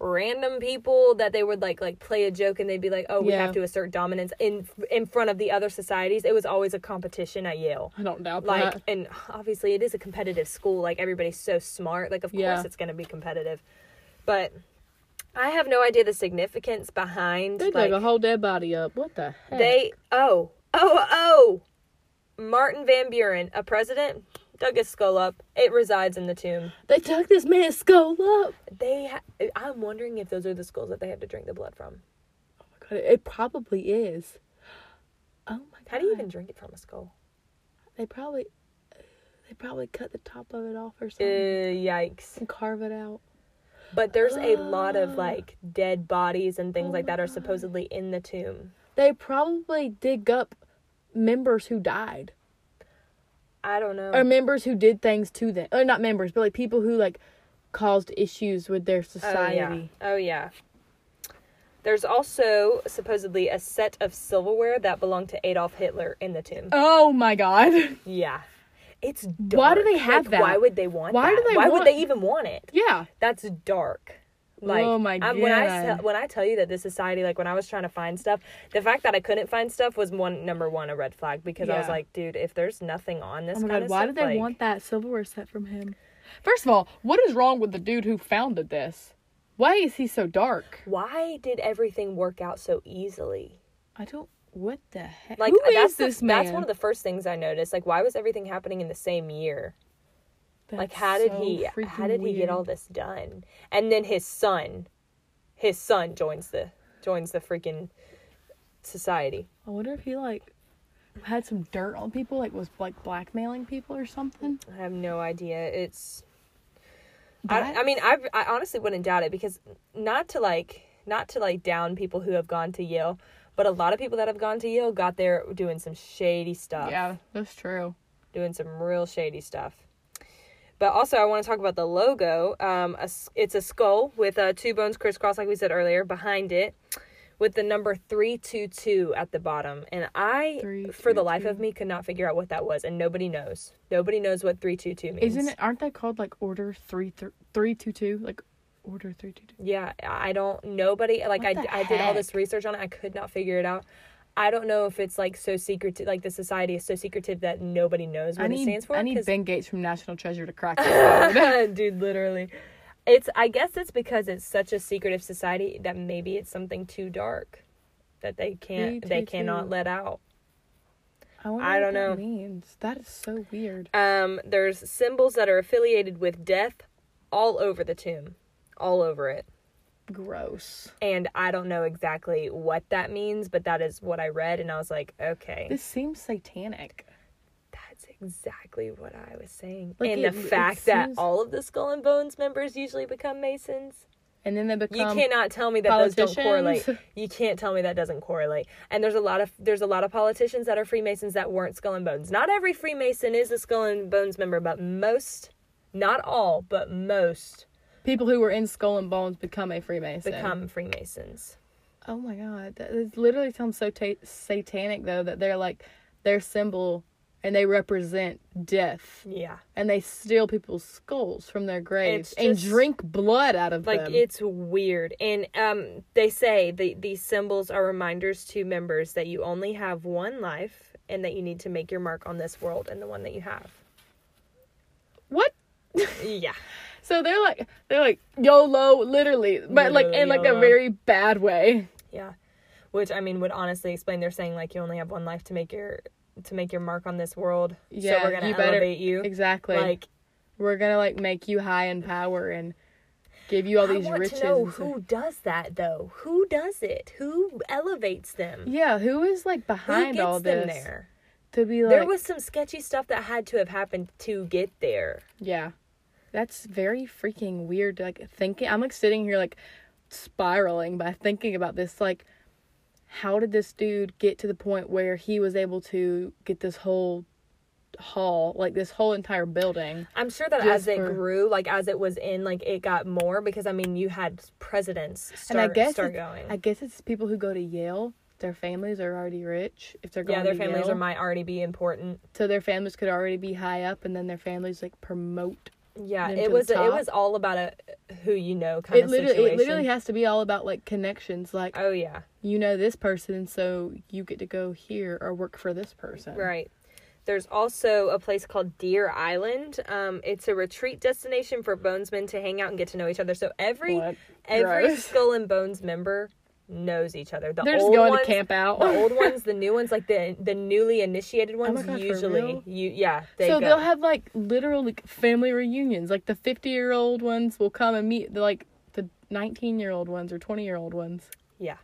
[SPEAKER 2] random people that they would like like play a joke and they'd be like, "Oh, we
[SPEAKER 1] Yeah.
[SPEAKER 2] have to assert dominance in in front of the other societies." It was always a competition at Yale.
[SPEAKER 1] I don't doubt
[SPEAKER 2] Like,
[SPEAKER 1] that.
[SPEAKER 2] and obviously it is a competitive school. Like everybody's so smart. Like of
[SPEAKER 1] Yeah.
[SPEAKER 2] course it's going to be competitive. But I have no idea the significance behind
[SPEAKER 1] They
[SPEAKER 2] like
[SPEAKER 1] dug a whole dead body up. What the heck?
[SPEAKER 2] they oh oh oh Martin Van Buren, a president, dug his skull up. It resides in the tomb.
[SPEAKER 1] they dug this man's skull up.
[SPEAKER 2] They ha- I'm wondering if those are the skulls that they have to drink the blood from.
[SPEAKER 1] God, it probably is. Oh my god.
[SPEAKER 2] How do you even drink it from a skull?
[SPEAKER 1] They probably, they probably cut the top of it off or
[SPEAKER 2] Uh,
[SPEAKER 1] something
[SPEAKER 2] yikes.
[SPEAKER 1] and carve it out.
[SPEAKER 2] But there's a lot of like dead bodies and things like that are supposedly in the tomb.
[SPEAKER 1] They probably dig up members who died
[SPEAKER 2] I don't know.
[SPEAKER 1] or members who did things to them, or not members, but like people who like caused issues with their society.
[SPEAKER 2] Oh yeah. Oh yeah. There's also supposedly a set of silverware that belonged to Adolf Hitler in the tomb.
[SPEAKER 1] Oh my god.
[SPEAKER 2] Yeah. It's dark.
[SPEAKER 1] Why do they have
[SPEAKER 2] Like,
[SPEAKER 1] that?
[SPEAKER 2] Why would they want
[SPEAKER 1] Why do
[SPEAKER 2] that?
[SPEAKER 1] they
[SPEAKER 2] Why
[SPEAKER 1] want-
[SPEAKER 2] would they even want it?
[SPEAKER 1] Yeah.
[SPEAKER 2] That's dark. Like,
[SPEAKER 1] Oh my
[SPEAKER 2] I'm- when I
[SPEAKER 1] God.
[SPEAKER 2] se- when I tell you that this society, like when I was trying to find stuff, the fact that I couldn't find stuff was one number one a red flag because I was
[SPEAKER 1] Yeah.
[SPEAKER 2] like, dude, if there's nothing on this,
[SPEAKER 1] Oh my
[SPEAKER 2] kind
[SPEAKER 1] god,
[SPEAKER 2] of
[SPEAKER 1] why
[SPEAKER 2] stuff,
[SPEAKER 1] did they
[SPEAKER 2] like,
[SPEAKER 1] want that silverware set from him? First of all, what is wrong with the dude who founded this? Why is he so dark?
[SPEAKER 2] Why did everything work out so easily?
[SPEAKER 1] I don't. What the heck?
[SPEAKER 2] Like
[SPEAKER 1] Who is
[SPEAKER 2] that's the-
[SPEAKER 1] this man?
[SPEAKER 2] that's one of the first things I noticed. Like why was everything happening in the same year? like
[SPEAKER 1] That's
[SPEAKER 2] how did
[SPEAKER 1] so
[SPEAKER 2] he how
[SPEAKER 1] freaking
[SPEAKER 2] did he get all
[SPEAKER 1] weird.
[SPEAKER 2] this done? And then his son his son joins the joins the freaking society.
[SPEAKER 1] I wonder if he like had some dirt on people, like was like blackmailing people or something.
[SPEAKER 2] I have no idea. It's
[SPEAKER 1] That-
[SPEAKER 2] I, I mean I I honestly wouldn't doubt it because not to like not to like down people who have gone to Yale, but a lot of people that have gone to Yale got there doing some shady stuff.
[SPEAKER 1] yeah, that's true.
[SPEAKER 2] doing some real shady stuff. But also, I want to talk about the logo. Um, a s it's a skull with uh, two bones crisscrossed, like we said earlier, behind it, with the number three two two at the bottom. And I,
[SPEAKER 1] Three,
[SPEAKER 2] for
[SPEAKER 1] two,
[SPEAKER 2] the life of
[SPEAKER 1] two.
[SPEAKER 2] me, could not figure out what that was, and nobody knows. Nobody knows what three two two means.
[SPEAKER 1] Isn't it? Aren't they called like Order three three three two two? Like Order three two two.
[SPEAKER 2] Yeah, I don't. Nobody like
[SPEAKER 1] What
[SPEAKER 2] I.
[SPEAKER 1] the
[SPEAKER 2] I did all this
[SPEAKER 1] heck?
[SPEAKER 2] research on it. I could not figure it out. I don't know if it's like so secretive, like the society is so secretive that nobody knows what
[SPEAKER 1] I need.
[SPEAKER 2] it stands for.
[SPEAKER 1] I need
[SPEAKER 2] 'cause-
[SPEAKER 1] Ben Gates from National Treasure to crack it.
[SPEAKER 2] dude literally it's i guess it's because it's such a secretive society that maybe it's something too dark that they can't
[SPEAKER 1] Me
[SPEAKER 2] they
[SPEAKER 1] too,
[SPEAKER 2] cannot
[SPEAKER 1] too.
[SPEAKER 2] let out
[SPEAKER 1] I, wonder
[SPEAKER 2] I
[SPEAKER 1] what
[SPEAKER 2] don't
[SPEAKER 1] that
[SPEAKER 2] know.
[SPEAKER 1] Means that is so weird.
[SPEAKER 2] um there's symbols that are affiliated with death all over the tomb all over it
[SPEAKER 1] Gross.
[SPEAKER 2] and i don't know exactly what that means but that is what i read and i was like okay
[SPEAKER 1] This seems satanic.
[SPEAKER 2] that's exactly what i was saying
[SPEAKER 1] Like,
[SPEAKER 2] and
[SPEAKER 1] it-
[SPEAKER 2] the
[SPEAKER 1] it
[SPEAKER 2] fact that
[SPEAKER 1] seems-
[SPEAKER 2] all of the skull and bones members usually become masons
[SPEAKER 1] And then they
[SPEAKER 2] You
[SPEAKER 1] become.
[SPEAKER 2] cannot tell me that those don't correlate.
[SPEAKER 1] Um, politicians.
[SPEAKER 2] You can't tell me that doesn't correlate. And there's a lot of there's a lot of politicians that are Freemasons that weren't Skull and Bones. Not every Freemason is a Skull and Bones member, but most, not all, but most
[SPEAKER 1] people who were in Skull and Bones become a Freemason.
[SPEAKER 2] uh, become Freemasons.
[SPEAKER 1] Oh my god, that this literally sounds so ta- satanic though that they're like their symbol and they represent death
[SPEAKER 2] Yeah,
[SPEAKER 1] and they steal people's skulls from their graves
[SPEAKER 2] It's
[SPEAKER 1] and
[SPEAKER 2] just-
[SPEAKER 1] drink blood out of
[SPEAKER 2] like
[SPEAKER 1] them.
[SPEAKER 2] it's weird. And um, they say the these symbols are reminders to members that you only have one life and that you need to make your mark on this world and the one that you have.
[SPEAKER 1] what?
[SPEAKER 2] Yeah.
[SPEAKER 1] So they're like they're like YOLO literally, but like in
[SPEAKER 2] Literally
[SPEAKER 1] like
[SPEAKER 2] YOLO.
[SPEAKER 1] a very bad way.
[SPEAKER 2] Yeah. Which I mean would honestly explain they're saying like you only have one life to make your to make your mark on this world.
[SPEAKER 1] Yeah,
[SPEAKER 2] so we're gonna
[SPEAKER 1] you better-
[SPEAKER 2] elevate you.
[SPEAKER 1] Exactly.
[SPEAKER 2] Like
[SPEAKER 1] We're going to like make you high in power and give you all
[SPEAKER 2] I
[SPEAKER 1] these
[SPEAKER 2] want
[SPEAKER 1] riches.
[SPEAKER 2] to know
[SPEAKER 1] and stuff.
[SPEAKER 2] who does that though. Who does it? Who elevates them?
[SPEAKER 1] yeah, who is like
[SPEAKER 2] who
[SPEAKER 1] behind
[SPEAKER 2] gets
[SPEAKER 1] all this?
[SPEAKER 2] them there?
[SPEAKER 1] To be like
[SPEAKER 2] there was some sketchy stuff that had to have happened to get there.
[SPEAKER 1] Yeah. That's very freaking weird. Like thinking I'm like sitting here like spiraling by thinking about this like how did this dude get to the point where he was able to get this whole hall, like this whole entire building?
[SPEAKER 2] I'm sure that
[SPEAKER 1] Just
[SPEAKER 2] as it
[SPEAKER 1] for-
[SPEAKER 2] grew, like as it was in, like it got more because I mean you had presidents
[SPEAKER 1] And
[SPEAKER 2] start,
[SPEAKER 1] I guess
[SPEAKER 2] start
[SPEAKER 1] it's-
[SPEAKER 2] going.
[SPEAKER 1] I guess it's people who go to Yale. Their families are already rich. If they're going
[SPEAKER 2] yeah, their
[SPEAKER 1] to
[SPEAKER 2] families
[SPEAKER 1] Yale,
[SPEAKER 2] are might already be important.
[SPEAKER 1] so their families could already be high up, and then their families like promote
[SPEAKER 2] Yeah,
[SPEAKER 1] them
[SPEAKER 2] it
[SPEAKER 1] to the
[SPEAKER 2] was a, it
[SPEAKER 1] top.
[SPEAKER 2] was all about a who you know kind
[SPEAKER 1] it
[SPEAKER 2] of
[SPEAKER 1] literally
[SPEAKER 2] situation.
[SPEAKER 1] it literally has to be all about like connections like
[SPEAKER 2] oh yeah,
[SPEAKER 1] you know this person so you get to go here or work for this person
[SPEAKER 2] right. There's also a place called Deer Island. Um, it's a retreat destination for bonesmen to hang out and get to know each other. So every
[SPEAKER 1] What?
[SPEAKER 2] every
[SPEAKER 1] Gross.
[SPEAKER 2] Skull and Bones member knows each other. The
[SPEAKER 1] they're just
[SPEAKER 2] old
[SPEAKER 1] going
[SPEAKER 2] ones,
[SPEAKER 1] to camp out
[SPEAKER 2] The old ones, the new ones, like the the newly initiated ones,
[SPEAKER 1] Oh God, for
[SPEAKER 2] usually
[SPEAKER 1] real?
[SPEAKER 2] you yeah they
[SPEAKER 1] so
[SPEAKER 2] go.
[SPEAKER 1] they'll have like literal like family reunions like the 50 year old ones will come and meet the, like the 19 year old ones or 20 year old ones
[SPEAKER 2] Yeah.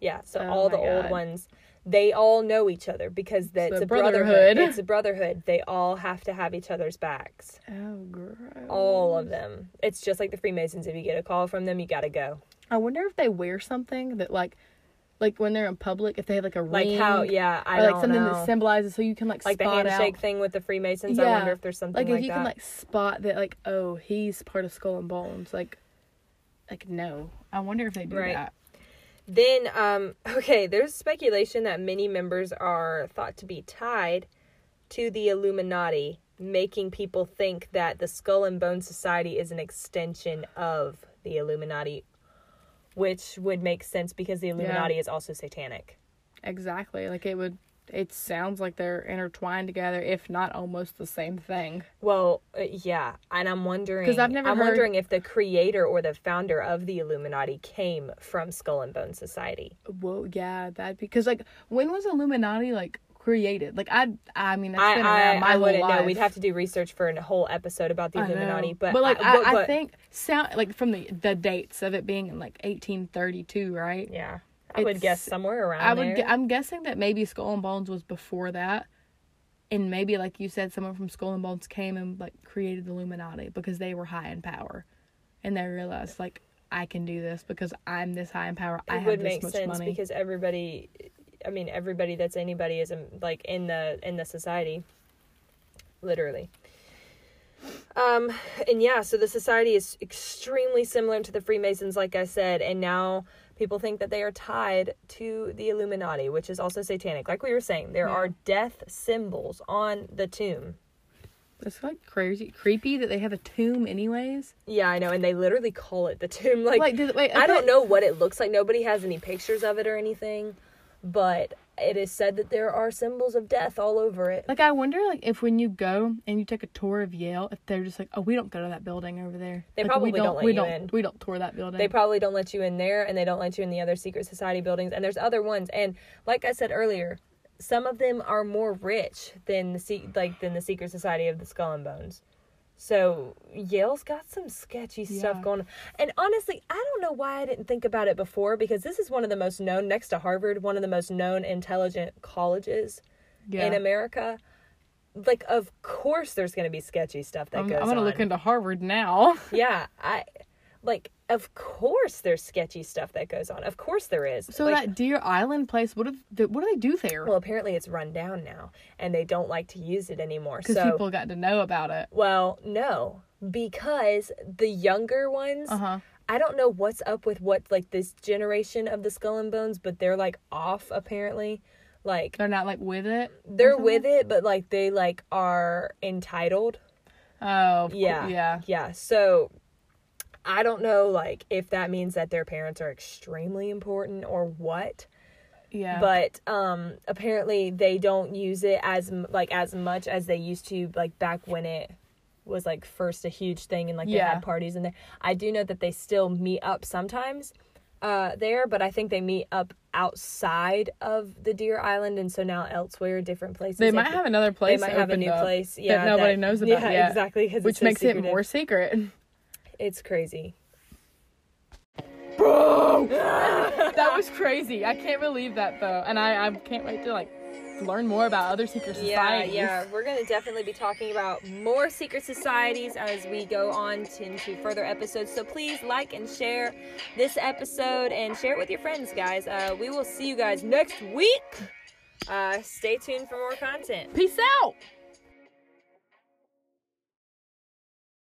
[SPEAKER 2] Yeah. So
[SPEAKER 1] Oh
[SPEAKER 2] all the
[SPEAKER 1] my
[SPEAKER 2] old
[SPEAKER 1] God.
[SPEAKER 2] ones, they all know each other because that's
[SPEAKER 1] a
[SPEAKER 2] a brotherhood.
[SPEAKER 1] brotherhood.
[SPEAKER 2] It's a brotherhood. They all have to have each other's backs.
[SPEAKER 1] oh gross
[SPEAKER 2] All of them. It's just like the Freemasons. If you get a call from them, you got to go.
[SPEAKER 1] i wonder if they wear something that like like when they're in public if they have like a
[SPEAKER 2] Like
[SPEAKER 1] ring
[SPEAKER 2] how, yeah, I
[SPEAKER 1] or like
[SPEAKER 2] don't
[SPEAKER 1] something
[SPEAKER 2] know.
[SPEAKER 1] that symbolizes so you can like
[SPEAKER 2] like the
[SPEAKER 1] spot
[SPEAKER 2] handshake
[SPEAKER 1] out
[SPEAKER 2] thing with the Freemasons. I
[SPEAKER 1] Yeah.
[SPEAKER 2] wonder if there's something
[SPEAKER 1] like
[SPEAKER 2] like,
[SPEAKER 1] if you
[SPEAKER 2] that.
[SPEAKER 1] can like spot that like oh he's part of skull and bones like like no i wonder if they do
[SPEAKER 2] Right.
[SPEAKER 1] that
[SPEAKER 2] Then, um, okay, there's speculation that many members are thought to be tied to the Illuminati, making people think that the Skull and Bone Society is an extension of the Illuminati, which would make sense because the Illuminati is also satanic.
[SPEAKER 1] exactly like it would it sounds like they're intertwined together, if not almost the same thing.
[SPEAKER 2] Well, uh, yeah, and I'm wondering
[SPEAKER 1] 'Cause I've never
[SPEAKER 2] I'm
[SPEAKER 1] heard-
[SPEAKER 2] wondering if the creator or the founder of the Illuminati came from Skull and Bone Society.
[SPEAKER 1] Whoa, yeah, that'd be because like when was Illuminati like created? Like I, I mean, that's
[SPEAKER 2] I
[SPEAKER 1] been around
[SPEAKER 2] I,
[SPEAKER 1] my
[SPEAKER 2] I
[SPEAKER 1] whole
[SPEAKER 2] wouldn't
[SPEAKER 1] life.
[SPEAKER 2] know. We'd have to do research for a whole episode about the
[SPEAKER 1] I know.
[SPEAKER 2] Illuminati, but
[SPEAKER 1] like
[SPEAKER 2] I,
[SPEAKER 1] I,
[SPEAKER 2] but-
[SPEAKER 1] I
[SPEAKER 2] but-
[SPEAKER 1] think sound like from the the dates of it being in like 1832, right?
[SPEAKER 2] yeah, I would
[SPEAKER 1] it's-
[SPEAKER 2] guess somewhere around
[SPEAKER 1] I would.
[SPEAKER 2] there.
[SPEAKER 1] gu- I'm guessing that maybe Skull and Bones was before that, and maybe like you said, someone from Skull and Bones came and like created the Illuminati because they were high in power, and they realized like I can do this because I'm this high in power. I
[SPEAKER 2] it
[SPEAKER 1] have
[SPEAKER 2] would
[SPEAKER 1] this
[SPEAKER 2] make
[SPEAKER 1] much
[SPEAKER 2] sense
[SPEAKER 1] money.
[SPEAKER 2] because everybody i mean everybody that's anybody is um, like in the in the society literally um and yeah so the society is extremely similar to the freemasons like i said and now people think that they are tied to the illuminati which is also satanic like we were saying there are death symbols on the tomb
[SPEAKER 1] it's like crazy, creepy that they have a tomb, anyways.
[SPEAKER 2] yeah i know and they literally call it the tomb like,
[SPEAKER 1] Like, did, wait,
[SPEAKER 2] I
[SPEAKER 1] thought-
[SPEAKER 2] don't know what it looks like. Nobody has any pictures of it or anything, but it is said that there are symbols of death all over it.
[SPEAKER 1] Like I wonder, like if when you go and you take a tour of Yale, if they're just like, oh, we don't go to that building over there.
[SPEAKER 2] They
[SPEAKER 1] Like,
[SPEAKER 2] probably
[SPEAKER 1] we
[SPEAKER 2] don't let
[SPEAKER 1] we
[SPEAKER 2] you
[SPEAKER 1] don't,
[SPEAKER 2] in.
[SPEAKER 1] We don't tour that building.
[SPEAKER 2] They probably don't let you in there, and they don't let you in the other secret society buildings. And there's other ones, and like I said earlier, some of them are more rich than the se- like than the secret society of the Skull and Bones. So Yale's got some sketchy stuff
[SPEAKER 1] Yeah.
[SPEAKER 2] going on. And honestly, I don't know why I didn't think about it before because this is one of the most known next to Harvard, one of the most known intelligent colleges.
[SPEAKER 1] yeah.
[SPEAKER 2] in America, like of course there's going to be sketchy stuff that
[SPEAKER 1] I'm,
[SPEAKER 2] goes
[SPEAKER 1] I'm gonna
[SPEAKER 2] on.
[SPEAKER 1] look into Harvard now.
[SPEAKER 2] yeah, I like of course there's sketchy stuff that goes on. Of course there is.
[SPEAKER 1] So
[SPEAKER 2] Like,
[SPEAKER 1] that Deer Island place, what do they, what do they do there?
[SPEAKER 2] well apparently it's run down now and they don't like to use it anymore.
[SPEAKER 1] Because
[SPEAKER 2] So
[SPEAKER 1] people got to know about it.
[SPEAKER 2] well, no, because the younger ones
[SPEAKER 1] Uh huh.
[SPEAKER 2] I don't know what's up with what like this generation of the skull and bones, but they're like off apparently. Like
[SPEAKER 1] They're not like with it.
[SPEAKER 2] they're with it, but like they like are entitled
[SPEAKER 1] Oh of cou-
[SPEAKER 2] Yeah.
[SPEAKER 1] yeah.
[SPEAKER 2] Yeah. So I don't know like if that means that their parents are extremely important or what,
[SPEAKER 1] Yeah.
[SPEAKER 2] but um apparently they don't use it as m- like as much as they used to like back when it was like first a huge thing and like they
[SPEAKER 1] Yeah.
[SPEAKER 2] had parties in there. I do know that they still meet up sometimes uh there, but I think they meet up outside of the Deer Island and so now elsewhere different places.
[SPEAKER 1] they
[SPEAKER 2] If
[SPEAKER 1] might
[SPEAKER 2] it-
[SPEAKER 1] have another
[SPEAKER 2] they
[SPEAKER 1] place.
[SPEAKER 2] might have a
[SPEAKER 1] opened
[SPEAKER 2] new
[SPEAKER 1] up
[SPEAKER 2] place. Yeah,
[SPEAKER 1] that nobody
[SPEAKER 2] that-
[SPEAKER 1] knows about
[SPEAKER 2] yeah,
[SPEAKER 1] yet,
[SPEAKER 2] exactly, 'cause it's
[SPEAKER 1] which
[SPEAKER 2] so
[SPEAKER 1] makes
[SPEAKER 2] secretive.
[SPEAKER 1] it more secret.
[SPEAKER 2] It's crazy.
[SPEAKER 1] that was crazy. I can't believe that though, and I, I can't wait to like learn more about other secret
[SPEAKER 2] Yeah,
[SPEAKER 1] societies.
[SPEAKER 2] yeah. We're going to definitely be talking about more secret societies as we go on to, into further episodes. So please like and share this episode and share it with your friends, guys. Uh, we will see you guys next week. Uh, stay tuned for more content.
[SPEAKER 1] Peace out.